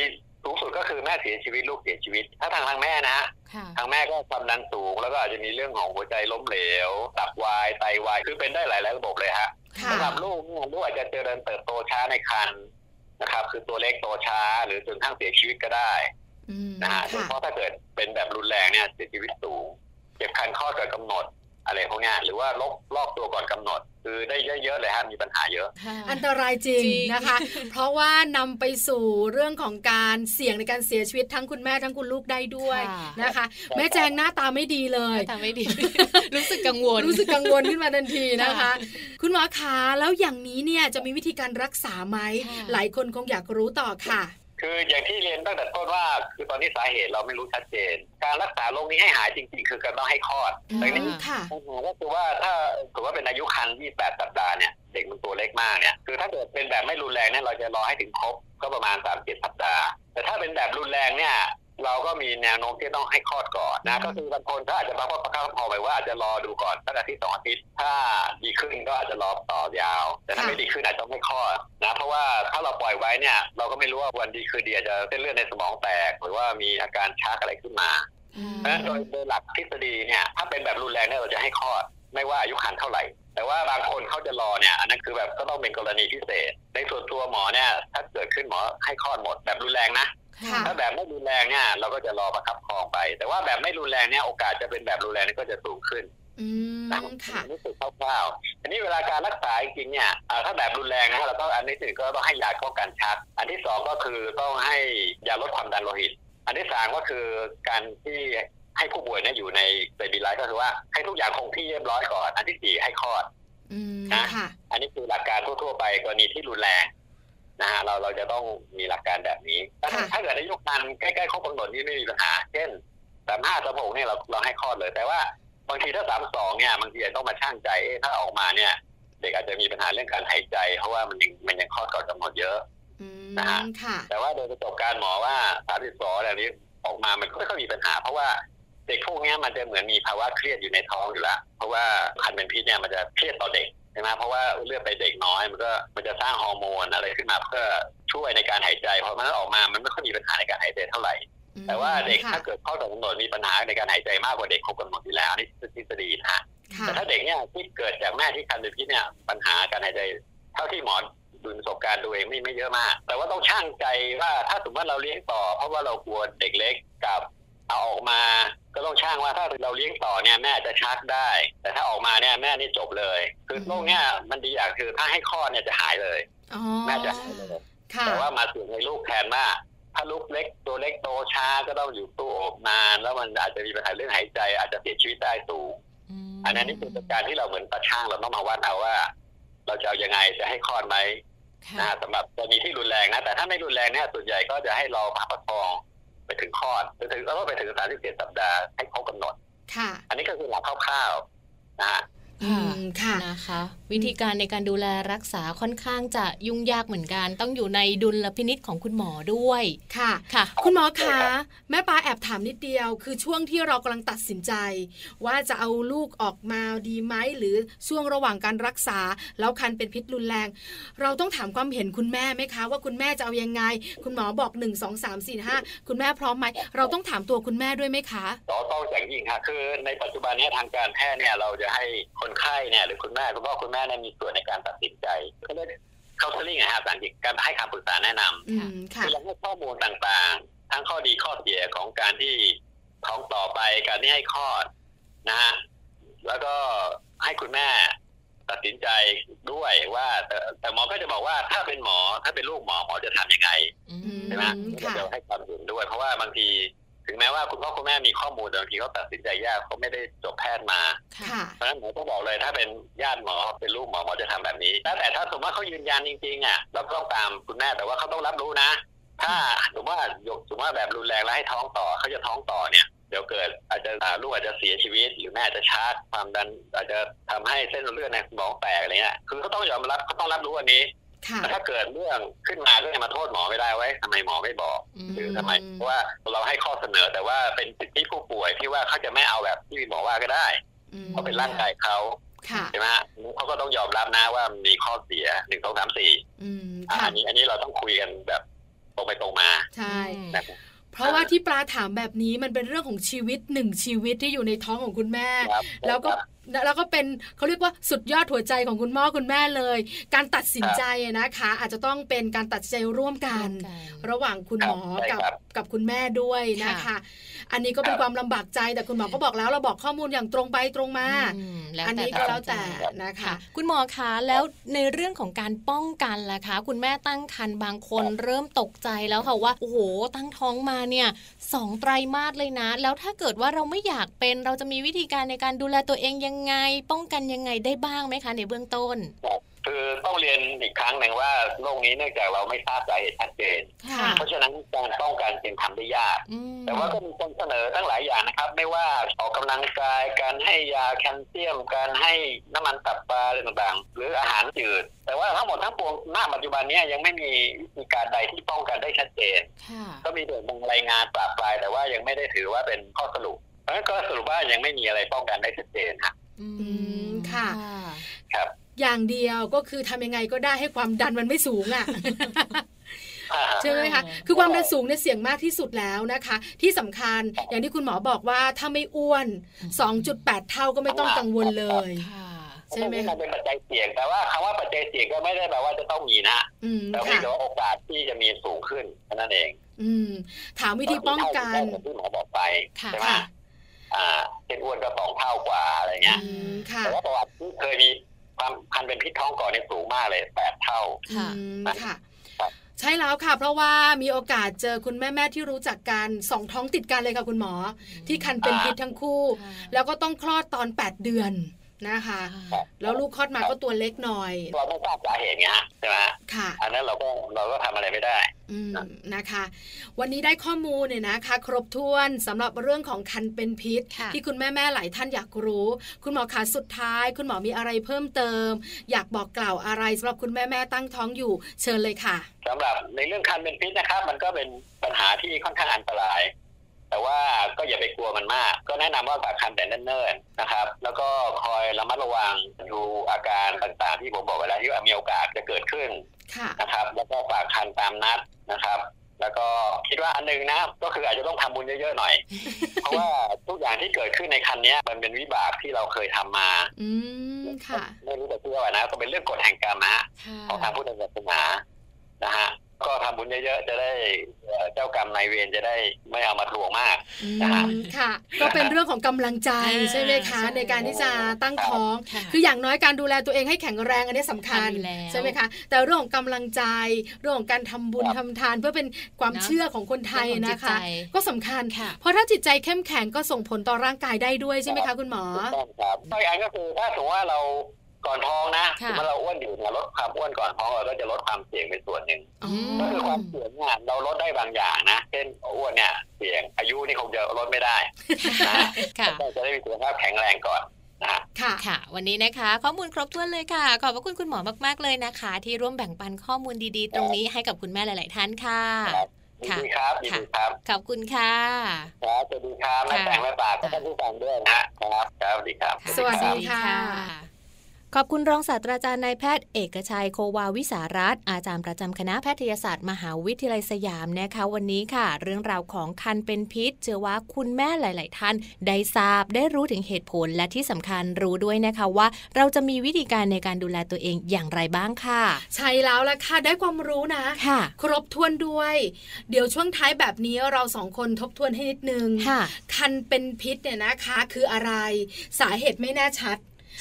[SPEAKER 4] สูงสุดก็คือแม่เสียชีวิตลูกเสียชีวิต ถ้าทางทางแม่นะฮะ
[SPEAKER 1] ค่ะ
[SPEAKER 4] ทางแม่ก็ความดันสูง แล้วก็อาจจะมีเรื่องของหัวใจล้มเหลวตับวายไตวายคือเป็นได้หลายๆระบบเลยฮะ
[SPEAKER 2] ค่ะ
[SPEAKER 4] สำหรับลูกเนี่ยลูกอาจจะเจริญเติบโตช้าในครรภ์นะครับ คือตัวเล็กโตช้า หรือจนกระทั้งเสียชีวิตก็ได้
[SPEAKER 2] อืม
[SPEAKER 4] นะฮะโดยเฉ
[SPEAKER 2] ค่ะ
[SPEAKER 4] พาะถ้าเกิดเป็นแบบรุนแรงเนี่ยเสียชีวิตสูงเจ็บคันคลอดก่อนกำหนดอะไรพวกเนี้ยหรือว่าลอกลอกตัวก่อนกำหนด คือได้เยอะๆเลยฮะมีปัญหาเยอะ
[SPEAKER 1] ค่ะ
[SPEAKER 2] อันตรายจริง
[SPEAKER 1] จริง
[SPEAKER 2] นะคะ เพราะว่านำไปสู่เรื่องของการเสี่ยงในการเสียชีวิตทั้งคุณแม่ทั้งคุณลูกได้ด้วยนะคะ แม่แจงหน้าตาไม่ดีเลย
[SPEAKER 1] ทำไม่ดี รู้สึกกังวล
[SPEAKER 2] รู้สึกกังวลขึ้นมาทันทีนะคะ
[SPEAKER 1] ค่ะ
[SPEAKER 2] คุณหมอคะแล้วอย่างนี้เนี่ยจะมีวิธีการรักษาไหม
[SPEAKER 1] ค่ะ
[SPEAKER 2] หลายคนคงอยากรู้ต่อค่ะ
[SPEAKER 4] คืออย่างที่เรียนตั้งแต่ต้นว่า คือตอนนี้สาเหตุเราไม่รู้ชัดเจน การรักษาโรคนี้ให้หายจริง ๆ คือการต้องให้คลอด
[SPEAKER 1] ม
[SPEAKER 4] ดังนั้น
[SPEAKER 2] ค่ะ
[SPEAKER 4] ปัญหาก็คือว่าถ้าถือว่าเป็นอายุครรภ์28 สัปดาห์เนี่ยเด็กมันตัวเล็กมากเนี่ยคือถ้าเกิดเป็นแบบไม่รุนแรงเนี่ยเราจะรอให้ถึงครบก็ประมาณ 37 สัปดาห์ แต่ถ้าเป็นแบบรุนแรงเนี่ยเราก็มีแนวโน้มที่ต้องให้คลอดก่อนนะก็คือบางคนก็อาจจะรับว่าประคับประคองไปว่าอาจจะรอดูก่อนสักอาทิตย์สองอาทิตย์ถ้าดีขึ้นก็อาจจะรอต่อยาว แต่ถ้า
[SPEAKER 2] ค่ะ
[SPEAKER 4] ไม่ดีขึ้นอาจจะไม่คลอดนะเพราะว่าถ้าเราปล่อยไว้เนี่ยเราก็ไม่รู้ว่าวันดีคืนดีอาจจะเส้นเลือดในสมองแตก หรือว่ามีอาการชักอะไรขึ้นมา
[SPEAKER 1] อืม
[SPEAKER 4] เพราะฉะนั้นโดยโดยหลักทฤษฎีเนี่ยถ้าเป็นแบบรุนแรงเนี่ยเราจะให้คลอดไม่ว่าอายุครรภ์เท่าไหร่ แต่ว่าบางคนเขาจะรอเนี่ยอันนั้นคือแบบก็ต้องเป็นกรณีพิเศษ ในส่วนตัวหมอเนี่ยถ้าเกิดขึ้นหมอให้คลอดหมดแบบรุนแรงนะ
[SPEAKER 2] ค่ะ
[SPEAKER 4] ถ้าแบบไม่รุนแรงเนี่ยเราก็จะรอประคับประคองไป แต่ว่าแบบไม่รุนแรงเนี่ยโอกาสจะเป็นแบบรุนแรงเนี่ยก็จะสูงขึ้น
[SPEAKER 2] อืม
[SPEAKER 4] นะครับ
[SPEAKER 2] ค่ะ
[SPEAKER 4] นี่คือคร่าวๆทีนี้เวลาการรักษาจริงๆเนี่ยอ่าถ้าแบบรุนแรงนะเราต้องอันที่หนึ่งก็ต้องให้ยาป้องกันชัก อันที่สองก็คือต้องให้ยาลดความดันโลหิต อันที่สามก็คือการที่ให้ผู้ป่วยเนี่ยอยู่ในเบบีไลฟ์ก็คือว่าให้ทุกอย่างคงที่เรียบร้อยก่อน อันที่สี่ให้คลอด
[SPEAKER 2] อืม
[SPEAKER 4] นะ
[SPEAKER 2] ค่ะ
[SPEAKER 4] อันนี้คือหลักการทั่วๆไปกรณีที่รุนแรงนะฮะเราเราจะต้องมีหลักการแบบนี้ถ้า
[SPEAKER 2] ค่ะ
[SPEAKER 4] ถ้าเกิดอายุคันใกล้ๆครบกำหนดนี่ไม่มีปัญหา เช่นสามห้าสามหกเนี่ยเราเราให้คลอดเลย แต่ว่าบางทีถ้าสามสองเนี่ยบางทีอาจต้องมาช่างใจเอ๊ะถ้าออกมาเนี่ย เด็กอาจจะมีปัญหาเรื่องการหายใจ เพราะว่ามันยังมันยังคลอดก่อนกำหนดเยอะ
[SPEAKER 2] อื
[SPEAKER 4] นะฮะ
[SPEAKER 2] มค่ะ
[SPEAKER 4] แต่ว่าโดยประสบการณ์หมอว่าสามสิบสองแบบนี้ออกมามันก็ไม่ค่อยมีปัญหา เพราะว่าเด็กพวกเนี้ยมันจะเหมือนมีภาวะเครียดอยู่ในท้องอยู่แล้วเพราะว่าคันเป็นพิษเนี่ยมันจะเครียดต่อเด็กใช่ไหมเพราะว่าเลือดไปเด็กน้อยมันก็มันจะสร้างฮอร์โมนอะไรขึ้นมาเพื่อช่วยในการหายใจเพราะมันออกมามันไม่ค่อยมีปัญหาในการหายใจเท่าไหร่ แต่ว่าเด็ก
[SPEAKER 2] ค่ะ
[SPEAKER 4] ถ้าเกิดเข้าถึงกำหนดมีปัญหาในการหายใจมากกว่าเด็กครบกำหนดอยู่แล้วนี่คือทฤษฎีนะฮะ
[SPEAKER 2] ค่ะ
[SPEAKER 4] แต่ถ้าเด็กเนี่ยที่เกิดจากแม่ที่คันเป็นพิษเนี่ยปัญหาการหายใจเท่าที่หมอดูประสบการณ์ดูเองไม่ไม่เยอะมาก แต่ว่าต้องช่างใจว่าถ้าสมมติว่าเราเลี้ยงต่อ เพราะว่าเรากลัวเด็กเล็กกับ เอาออกมาก็ต้องช่างว่าถ้าเราเลี้ยงต่อเนี่ยแม่จะชักได้ แต่ถ้าออกมาเนี่ยแม่นี่จบเลย คือโรคเนี่ยมันดีอย่างคือถ้าให้คลอดเนี่ยจะหายเลย
[SPEAKER 2] อ๋อ
[SPEAKER 4] แม่จะหายเลย
[SPEAKER 2] ค่ะ
[SPEAKER 4] แต่ว่ามาถึงในลูกแทนว่าถ้าลูกเล็กตัวเล็กโตช้าก็ต้องอยู่ตู้อบนาน แล้วมันอาจจะมีปัญหาเรื่องหายใจ อาจจะเสียชีวิตได้สูง
[SPEAKER 1] ม
[SPEAKER 4] อันนั้นนี่คือเป็นการที่เราเหมือนตาช่างเราต้องมาวัดเอาว่า เราจะเอายังไงจะให้คลอดไหมนะ
[SPEAKER 1] ค่ะ
[SPEAKER 4] ฮะสำหรับกรณีที่รุนแรงนะ แต่ถ้าไม่รุนแรงเนี่ยส่วนใหญ่ก็จะให้รอผ่าประคองไปถึงคลอดไปถึงแล้วก็ไปถึงสามสิบเจ็ดสัปดาห์ให้เขากำหนด
[SPEAKER 2] ค่ะ
[SPEAKER 4] อันนี้ก็คือหลักคร่าวๆนะฮะ
[SPEAKER 2] อืมค่ะ
[SPEAKER 1] นะคะ วิธีการในการดูแลรักษาค่อนข้างจะยุ่งยากเหมือนกัน ต้องอยู่ในดุลพินิษของคุณหมอด้วย
[SPEAKER 2] ค่ะ
[SPEAKER 1] ค่ะ
[SPEAKER 2] คุณหมอ
[SPEAKER 4] ครั
[SPEAKER 2] คะ
[SPEAKER 4] บ
[SPEAKER 2] แม่ปลาแอบถามนิดเดียว คือช่วงที่เรากำลังตัดสินใจ ว่าจะเอาลูกออกมาดีไหมหรือช่วงระหว่างการรักษา แล้วคันเป็นพิษรุนแรง เราต้องถามความเห็นคุณแม่ไหมคะ ว่าคุณแม่จะเอายังไง คุณหมอบอก 1 2 3 4 5 คุณแม่พร้อมไหม เราต้องถามตัวคุณแม่ด้วยไหมคะ
[SPEAKER 4] ต่อต้องอย่างยิ่งฮะคือในปัจจุบันเนี้ทางการแพทย์เนี่ยเราจะให้คนไข้เนี่ยหรือคุณแม่คุณพ่อคุณแม่เนี่ยมีส่วนในการตัดสินใจเขาเรียกเคาน์เตอร์ลิงฮะภาษาอังกฤษการให้คำปรึกษาแนะน
[SPEAKER 2] อืม
[SPEAKER 4] ำ
[SPEAKER 2] ค่ะ
[SPEAKER 4] คือเราให้ข้อมูลต่างๆ ทั้งข้อดีข้อเสียของการที่ท้องต่อไปการที่ให้คลอดนะฮะแล้วก็ให้คุณแม่ตัดสินใจด้วยว่า แต่แต่หมอก็จะบอกว่าถ้าเป็นหมอถ้าเป็นลูกหมอหมอจะทำยังไง
[SPEAKER 1] อืม
[SPEAKER 4] ใช่ไหม
[SPEAKER 2] อืม
[SPEAKER 4] เรา
[SPEAKER 2] ค่ะ
[SPEAKER 4] จะให้ความเห็นด้วย เพราะว่าบางทีถึงแม้ว่าคุณพ่อคุณแม่มีข้อมูลแต่บางทีเขาตัดสินใจยากเขาไม่ได้จบแพทย์มา
[SPEAKER 2] ค่ะ
[SPEAKER 4] เพราะฉะนั้นหมอก็บอกเลยถ้าเป็นญาติหมอเป็นลูกหมอหมอจะทำแบบนี้แต่แต่ถ้าสมมติว่าเขายืนยันจริงๆอ่ะเราก็ต้องตามคุณแม่แต่ว่าเขาต้องรับรู้นะ ถ้าสมมติว่าหยกสมมติว่าแบบรุนแรงแล้วให้ท้องต่อเขาจะท้องต่อเนี่ยเดี๋ยวเกิดอาจจะอ่าลูกอาจจะเสียชีวิต หรือแม่อาจจะชาร์จความดันอาจจะทำให้เส้นเลือดในสมองแตกอะไรเงี้ยคือเขาต้องยอมรับเขาต้องรับรู้อันนี้
[SPEAKER 2] ค่ะ
[SPEAKER 4] แต่ถ้าเกิดเรื่องขึ้นมาก็จะมาโทษหมอไม่ได้ไว้ยทำไมหมอไม่บอก
[SPEAKER 1] อืม
[SPEAKER 4] หรือทำไมเพราะว่าเราให้ข้อเสนอแต่ว่าเป็นสิทธิผู้ป่วยที่ว่าเขาจะไม่เอาแบบที่หมอว่าก็ได้
[SPEAKER 2] อืม
[SPEAKER 4] เพราะเป็นร่างกายเขา
[SPEAKER 2] ค่ะ
[SPEAKER 4] ใช่ไหมฮะเขาก็ต้องยอมรับนะว่ามีข้อเสียหนึ่งสองสามสี่
[SPEAKER 2] อืม
[SPEAKER 4] อ่ะ
[SPEAKER 2] ค่ะ
[SPEAKER 4] อันนี้อันนี้เราต้องคุยกันแบบตรงไปตรงมา
[SPEAKER 2] ใช่
[SPEAKER 4] นะครับ
[SPEAKER 2] เพราะว่าที่ปลาถามแบบนี้มันเป็นเรื่องของชีวิตหนึ่งชีวิตที่อยู่ในท้องของคุณแม่ แล้วก็แล้วก็เป็นเขาเรียกว่าสุดยอดหัวใจของคุณพ่อคุณแม่เลย การตัดสินใจนะคะ อาจจะต้องเป็นการตัดสินใจร่วมกัน
[SPEAKER 1] ร่วมกัน
[SPEAKER 2] ระหว่างคุณหมอ
[SPEAKER 4] ครั
[SPEAKER 2] กับบ
[SPEAKER 4] ใช่ครับ
[SPEAKER 2] กับคุณแม่ด้วยนะ
[SPEAKER 1] ค่ะ
[SPEAKER 2] คะ อันนี้ก็เป็น
[SPEAKER 4] ครับ
[SPEAKER 2] ความลำบากใจแต่คุณหมอก็บอกแล้วเราบอกข้อมูลอย่างตรงไปตรงมา
[SPEAKER 1] อืมแล้ว
[SPEAKER 2] อัน
[SPEAKER 1] แต่
[SPEAKER 2] นี้ก็แล้วแต่
[SPEAKER 1] ตัดสินใจ
[SPEAKER 2] นะคะ
[SPEAKER 1] ค่ะ คุณหมอคะแล้วในเรื่องของการป้องกันล่ะคะ คุณแม่ตั้งครรภ์บางคนเริ่มตกใจแล้วค่ะว่าโอ้โหตั้งท้องมาเนี่ยสองไตรมาสเลยนะ แล้วถ้าเกิดว่าเราไม่อยากเป็นเราจะมีวิธีการในการดูแลตัวเองยังไง ป้องกันยังไงได้บ้างไหมคะ ในเบื้องต้น
[SPEAKER 4] คือต้องเรียนอีกครั้งหนึ่งว่าโรคนี้เนื่องจากเราไม่ทราบสาเหตุชัดเจน
[SPEAKER 2] ค่ะ
[SPEAKER 4] เพราะฉะนั้นการป้องกันจึงทำได้ยาก
[SPEAKER 1] อืม
[SPEAKER 4] แต่ว่าก็มีคนเสนอตั้งหลายอย่างนะครับ ไม่ว่าออกกำลังกายการให้ยาแคลเซียม การให้น้ำมันตับปลาอะไรต่างๆ หรืออาหารจืด แต่ว่าทั้งหมดทั้งปวงหน้าปัจจุบันเนี้ยังไม่มีวิธีการใดที่ป้องกันได้ชัดเจน
[SPEAKER 1] ค่ะ
[SPEAKER 4] ก็มีแต่บางรายงานปราบปลาย แต่ว่ายังไม่ได้ถือว่าเป็นข้อสรุปเพราะฉะนั้นก็สรุปว่ายังไม่มีอะไรป้องกันได้ชัดเจนฮะ
[SPEAKER 1] อื
[SPEAKER 2] มค่ะ
[SPEAKER 4] ครับ
[SPEAKER 2] อย่างเดียวก็คือทำยังไงก็ได้ให้ความดันมันไม่สูงอ่ะ ใช่ไหมคะ คือความดันสูงเนี่ยเสี่ยงมากที่สุดแล้วนะคะ ที่สำคัญอย่างที่คุณหมอบอกว่าถ้าไม่อ้วน 2.8 เท่าก็ไม่ต้องกังวลเลย
[SPEAKER 1] ค่ะ
[SPEAKER 2] ใช่ไหม
[SPEAKER 4] มั
[SPEAKER 2] คะ
[SPEAKER 4] นเป็นปัจจัยเสี่ยง แต่ว่าคำว่าปัจจัยเสี่ยงก็ไม่ได้แปลว่าจะต้องมีนะ
[SPEAKER 2] อืม
[SPEAKER 4] แต่เพียง
[SPEAKER 2] ค่ะ
[SPEAKER 4] แต่ว่าโอกาสที่จะมีสูงขึ้นเท่านั้นเอง
[SPEAKER 2] อืม ถามวิธีป้องกัน
[SPEAKER 4] เหมือที่หมอบอกไป
[SPEAKER 1] ค่ะ
[SPEAKER 4] ใช่ไหม
[SPEAKER 2] ค่ะ
[SPEAKER 4] อ่าเป็นอ้วนก็สองเท่ากว่าอะไรเงี้ย
[SPEAKER 2] อืม ค่ะ
[SPEAKER 4] แต่ว่าประวัติที่เคยมีความพันเป็นพิษท้องก่อนเนี่ยสูงมากเลยแปดเท่า
[SPEAKER 2] อื
[SPEAKER 1] ค่ะ
[SPEAKER 2] มค่ะ ใช่แล้วค่ะ เพราะว่ามีโอกาสเจอคุณแม่แม่ๆที่รู้จักกันสองท้องติดกันเลยค่ะคุณหมอ ที่คันเป็นพิษทั้งคู่
[SPEAKER 1] ค่ะ
[SPEAKER 2] แล้วก็ต้องคลอดตอน 8 เดือนนะคะ
[SPEAKER 1] ค่ะ
[SPEAKER 2] แล้วลูกคลอดมาก็ตัวเล็กหน่อย
[SPEAKER 4] เราไม่ทราบสาเหตุไงฮะใช่ไหม
[SPEAKER 2] ค่ะ
[SPEAKER 4] อันนั้นเราก็เราก็ทำอะไรไม่ได้
[SPEAKER 2] อืมนะคะ วันนี้ได้ข้อมูลเนี่ยนะคะ ครบถ้วนสำหรับเรื่องของคันเป็นพิษ
[SPEAKER 1] ค่ะ
[SPEAKER 2] ที่คุณแม่แม่ๆหลายท่านอยากรู้ คุณหมอขาสุดท้าย คุณหมอมีอะไรเพิ่มเติม อยากบอกกล่าวอะไรสำหรับคุณแม่แม่ๆตั้งท้องอยู่ เชิญเลยค่ะ
[SPEAKER 4] สำหรับในเรื่องคันเป็นพิษนะครับ มันก็เป็นปัญหาที่ค่อนข้างอันตราย แต่ว่าก็อย่าไปกลัวมันมาก ก็แนะนำว่าฝากคันแต่เนิ่นๆนะครับ แล้วก็คอยระมัดระวังดูอาการต่างๆ ที่ผมบอกไปแล้วที่ว่ามีโอกาสจะเกิดขึ้น
[SPEAKER 2] ค่ะ
[SPEAKER 4] นะครับแล้วก็ฝากคันตามนัดนะครับ แล้วก็คิดว่าอันหนึงนะก็คืออาจจะต้องทำบุญเยอะๆหน่อย เพราะว่าทุกอย่างที่เกิดขึ้นในคันเนี้ยมันเป็นวิบากที่เราเคยทำมา
[SPEAKER 2] อืม ค่ะ
[SPEAKER 4] ไม่รู้จะเชื่อว่านะก็เป็นเรื่องกฎแห่งกรรมนะฮะ
[SPEAKER 1] ค่ะ
[SPEAKER 4] ของทางพุทธศาสนานะฮะก็ทำ บุญเยอะๆจะได้เอ่อเจ้ากรรมนายเวรจะได้ไม่เอามาทวงมาก
[SPEAKER 2] อื
[SPEAKER 4] นะฮะ
[SPEAKER 2] มค่ะ ก็เป็นเรื่องของกำลังใจ
[SPEAKER 1] อ่า
[SPEAKER 2] ใช่ไหมคะ
[SPEAKER 1] ใช่
[SPEAKER 2] ในการที่จะตั้ง
[SPEAKER 4] ครับ
[SPEAKER 2] ท้อง
[SPEAKER 1] ค่ะ
[SPEAKER 2] คืออย่างน้อยการดูแลตัวเองให้แข็งแรงอันนี้สำคัญ
[SPEAKER 1] ทำอยู่แล้ว
[SPEAKER 2] ใช่ไหมคะ แต่เรื่องของกำลังใจ เรื่องของการทำบุญ
[SPEAKER 4] ครับ
[SPEAKER 2] ทำทานเพื่อเป็นความ
[SPEAKER 1] นะ
[SPEAKER 2] เชื่อของคนไทย
[SPEAKER 1] เรื่องของจิ
[SPEAKER 2] นะ
[SPEAKER 1] ต
[SPEAKER 2] คะ
[SPEAKER 1] ใจ
[SPEAKER 2] ก็สำคัญ
[SPEAKER 1] ค่ะ
[SPEAKER 2] เพราะถ้าจิตใจเข้มแข็งก็ส่งผลต่อร่างกายได้ด้วยใช่ไหมคะคุณหมอ
[SPEAKER 4] ถูกต้องครับถ้าอีกอันก็คือถ้าสมมติว่าเราก่อนท้องนะ
[SPEAKER 1] ค่ะ
[SPEAKER 4] สมมติเราอ้วนอยู่เนี่ยลดความอ้วนก่อนท้องเราก็จะลดความเสี่ยงไปส่วนหนึ่ง
[SPEAKER 1] อืม
[SPEAKER 4] ก็คือความเสี่ยงเนี่ยเราลดได้บางอย่างนะเช่นอ้วนเนี่ยเสี่ยงอายุนี่คงจะลดไม่ได้
[SPEAKER 1] ค่ะ
[SPEAKER 4] ก็จะได้มีสุขภาพแข็งแรงก่อนนะฮะ
[SPEAKER 2] ค่ะ
[SPEAKER 1] ค่ะ วันนี้นะคะ ข้อมูลครบถ้วนเลยค่ะ ขอบพระคุณคุณหมอมาก ๆ เลยนะคะ ที่ร่วมแบ่งปันข้อมูลดีๆ ตรงนี้ให้กับคุณแม่หลาย ๆ ท่านค่ะ
[SPEAKER 4] ครับ ยินดีครับยิน
[SPEAKER 1] ค่ะ
[SPEAKER 4] ดีครับ
[SPEAKER 1] ขอบคุณค่ะ
[SPEAKER 4] ครับสวัสดีครับแม่
[SPEAKER 1] ค่ะ
[SPEAKER 4] แตงแม่ปากท่านผู้ฟังด้วยนะฮะครับครับสวัสดีครับ
[SPEAKER 2] สวัสดีค่ะ
[SPEAKER 1] ขอบคุณรองศาสตราจารย์นายแพทย์เอกชัยโควาวิสารัตน์อาจารย์ประจำคณะแพทยศาสตร์มหาวิทยาลัยสยามนะคะ วันนี้ค่ะ เรื่องราวของคันเป็นพิษ เชื่อว่าคุณแม่หลาย ๆ ท่าน ได้ทราบได้รู้ถึงเหตุผลและที่สำคัญรู้ด้วยนะคะว่า เราจะมีวิธีการในการดูแลตัวเองอย่างไรบ้างค่ะ
[SPEAKER 2] ใช่แล้วละค่ะ ได้ความรู้นะ
[SPEAKER 1] ค่ะ
[SPEAKER 2] ครบถ้วนด้วย เดี๋ยวช่วงท้ายแบบนี้เราสองคนทบทวนให้นิดนึง
[SPEAKER 1] ค่ะ
[SPEAKER 2] คันเป็นพิษเนี่ยนะคะ คืออะไร สาเหตุไม่แน่ชัด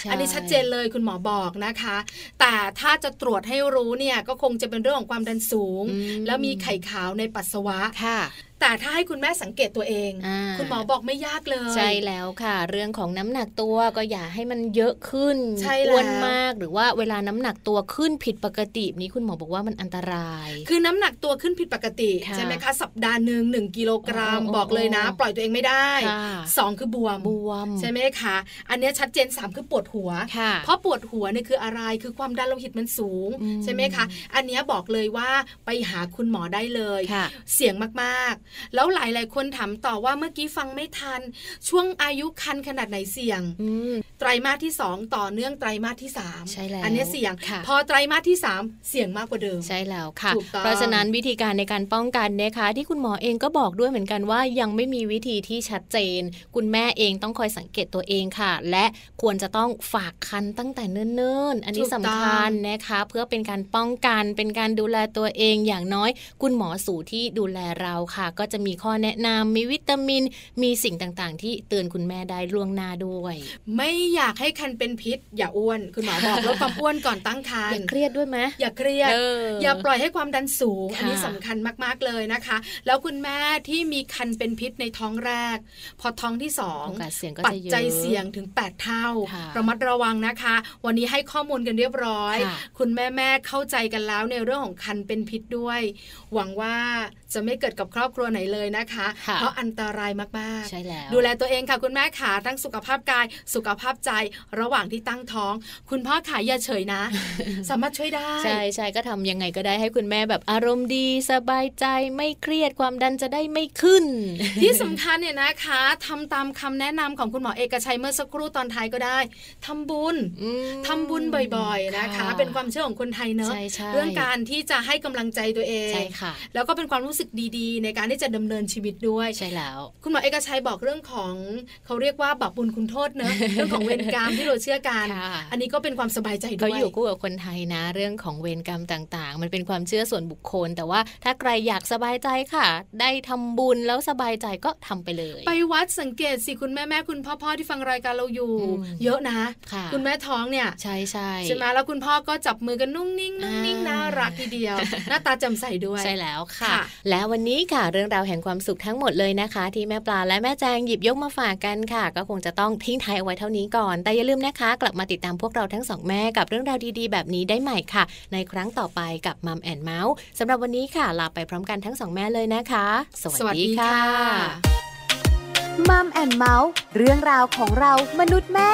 [SPEAKER 2] อันนี้ชัดเจนเลยคุณหมอบอกนะคะ แต่ถ้าจะตรวจให้รู้เนี่ยก็คงจะเป็นเรื่องของความดันสูง
[SPEAKER 1] อื
[SPEAKER 2] แล้วมีไข่ขาวในปัสสาวะ
[SPEAKER 1] ค่ะ
[SPEAKER 2] แต่ถ้าให้คุณแม่สังเกตตัวเอง
[SPEAKER 1] อ่า
[SPEAKER 2] คุณหมอบอกไม่ยากเลย
[SPEAKER 1] ใช่แล้วค่ะ เรื่องของน้ำหนักตัวก็อย่าให้มันเยอะขึ้น
[SPEAKER 2] ใช่แล้ว
[SPEAKER 1] อ้วนมากหรือว่าเวลาน้ำหนักตัวขึ้นผิดปกตินี้คุณหมอบอกว่ามันอันตราย
[SPEAKER 2] คือน้ำหนักตัวขึ้นผิดปกติ
[SPEAKER 1] ค่ะ
[SPEAKER 2] ใช่ไหมคะ สัปดาห์หนึ่งหนึ่งกิโลกรัม
[SPEAKER 1] โอ้โอ้
[SPEAKER 2] บอกเลยนะ
[SPEAKER 1] โอ้
[SPEAKER 2] ปล่อยตัวเองไม่ได้
[SPEAKER 1] ค่ะ
[SPEAKER 2] สองคือบวม
[SPEAKER 1] บวม
[SPEAKER 2] ใช่ไหมคะ อันเนี้ยชัดเจนสามคือปวดหัว
[SPEAKER 1] ค่ะ
[SPEAKER 2] เพราะปวดหัวเนี่ยคืออะไร คือความดันโลหิตมันสูง
[SPEAKER 1] อืม
[SPEAKER 2] ใช่ไหมคะ อันเนี้ยบอกเลยว่าไปหาคุณหมอได้เลย
[SPEAKER 1] ค่ะ
[SPEAKER 2] เสี่ยงมากๆ แล้วหลายๆ คนถามต่อว่าเมื่อกี้ฟังไม่ทัน ช่วงอายุคันขนาดไหนเสี่ยง
[SPEAKER 1] อืม
[SPEAKER 2] ไตรมาสที่ 2 ต่อเนื่องไตรมาสที่ 3
[SPEAKER 1] ใช่แล้ว
[SPEAKER 2] อันเนี้ยเสี่ยง
[SPEAKER 1] ค่ะ
[SPEAKER 2] พอไตรมาสที่ 3 เสี่ยงมากกว่าเดิม
[SPEAKER 1] ใช่แล้วค่ะ
[SPEAKER 2] ถูกต้อง
[SPEAKER 1] เพราะฉะนั้นวิธีการในการป้องกันนะคะ ที่คุณหมอเองก็บอกด้วยเหมือนกันว่ายังไม่มีวิธีที่ชัดเจน คุณแม่เองต้องคอยสังเกตตัวเองค่ะ และควรจะต้องฝากคันตั้งแต่เนิ่นๆ อันนี้สำคัญนะคะ เพื่อเป็นการป้องกันเป็นการดูแลตัวเองอย่างน้อย คุณหมอสู่ที่ดูแลเราค่ะ ก็จะมีข้อแนะนำมีวิตามิน มีสิ่งต่างๆ ที่เตือนคุณแม่ได้ล่วงหน้าด้วย
[SPEAKER 2] ไม่อยากให้คันเป็นพิษ อย่าอ้วน คุณหมอบอกลดความอ้วนก่อนตั้งครร
[SPEAKER 1] อย่า
[SPEAKER 2] ภ์
[SPEAKER 1] เครียดด้วยไหม
[SPEAKER 2] อย่าเครียด
[SPEAKER 1] เ
[SPEAKER 2] อย่าปล่อยให้ความดันสูง
[SPEAKER 1] ค่ะ
[SPEAKER 2] อันนี้สำคัญมากๆเลยนะคะ แล้วคุณแม่ที่มีคันเป็นพิษในท้องแรก พอท้องที่สอง
[SPEAKER 1] โอกาสเสี่ยงก็
[SPEAKER 2] ปัจ
[SPEAKER 1] จะเยอะ
[SPEAKER 2] จัยเสี่ยงถึง 8 เท่า
[SPEAKER 1] ค่ะ
[SPEAKER 2] ระมัดระวังนะคะ วันนี้ให้ข้อมูลกันเรียบร้อย
[SPEAKER 1] ค่ะ
[SPEAKER 2] คุณแม่แม่ๆเข้าใจกันแล้วในเรื่องของคันเป็นพิษด้วย หวังว่าจะไม่เกิดกับครอบครัวไหนเลยนะคะ
[SPEAKER 1] ค่ะ
[SPEAKER 2] เพราะอันตรายมากๆ
[SPEAKER 1] ใช่แล้ว
[SPEAKER 2] ดูแลตัวเองค่ะ คุณแม่ขาทั้งสุขภาพกาย สุขภาพใจระหว่างที่ตั้งท้อง คุณพ่อขาอย่าเฉย นะ สามารถช่วยได้
[SPEAKER 1] ใช่ใช่ก็ทำยังไงก็ได้ให้คุณแม่แบบอารมณ์ดี สบายใจไม่เครียดความดันจะได้ไม่ขึ้น
[SPEAKER 2] ที่สำคัญเนี่ยนะคะทำตามคำแนะนำของคุณหมอเอกชัยเมื่อสักครู่ตอนท้ายก็ได้ทำบุญ
[SPEAKER 1] อืม
[SPEAKER 2] ทำบุญบ่อยๆนะคะ เป็นความเชื่อของคนไทยเนอะ
[SPEAKER 1] ใช่ใช่
[SPEAKER 2] เรื่องการที่จะให้กำลังใจตัวเอง
[SPEAKER 1] ใช่ค่ะ
[SPEAKER 2] แล้วก็เป็นความรู้สึกดีๆ ในการที่จะดำเนินชีวิตด้วย
[SPEAKER 1] ใช่แล้ว
[SPEAKER 2] คุณหมอเอกชัยบอกเรื่องของเขาเรียกว่าบาปบุญคุณโทษ เนอะ เรื่องของเวรกรรมที่เราเชื่อกัน
[SPEAKER 1] ค่ะ
[SPEAKER 2] อันนี้ก็เป็นความสบายใจด้
[SPEAKER 1] เขา
[SPEAKER 2] วย
[SPEAKER 1] อยู่คู่กับคนไทยนะ เรื่องของเวรกรรมต่างๆ มันเป็นความเชื่อส่วนบุคคล แต่ว่าถ้าใครอยากสบายใจค่ะ ได้ทำบุญแล้วสบายใจก็ทำไปเลย
[SPEAKER 2] ไปวัดสังเกตสิคุณแม่แม่คุณพ่อพ่อที่ฟังรายการเราอยู่
[SPEAKER 1] อืม
[SPEAKER 2] เยอะนะ
[SPEAKER 1] ค่ะ
[SPEAKER 2] คุณแม่ท้องเนี่ย
[SPEAKER 1] ใช่ใช่
[SPEAKER 2] ใช่ไหมแล้วคุณพ่อก็จับมือกันนุ่งนิ่งนุ่งนิ่ง
[SPEAKER 1] อ่า
[SPEAKER 2] น่ารักทีเดียว หน้าตาแจ่มใสด้วย
[SPEAKER 1] ใช่แล้วค่ะ
[SPEAKER 2] ค่ะ
[SPEAKER 1] และวันนี้ค่ะเรื่องราวแห่งความสุขทั้งหมดเลยนะคะ ที่แม่ปลาและแม่แจงหยิบยกมาฝากกันค่ะ ก็คงจะต้องทิ้งท้ายเอาไว้เท่านี้ก่อน แต่อย่าลืมนะคะ กลับมาติดตามพวกเราทั้งสองแม่กับเรื่องราวดีๆ แบบนี้ได้ใหม่ค่ะ ในครั้งต่อไปกับมัมแอนเมาส์สำหรับวันนี้ค่ะ ลาไปพร้อมกันทั้งสองแม่เลยนะคะ สวัสดีค่ะ
[SPEAKER 3] มัมแอนเมาส์เรื่องราวของเรามนุษย์แม่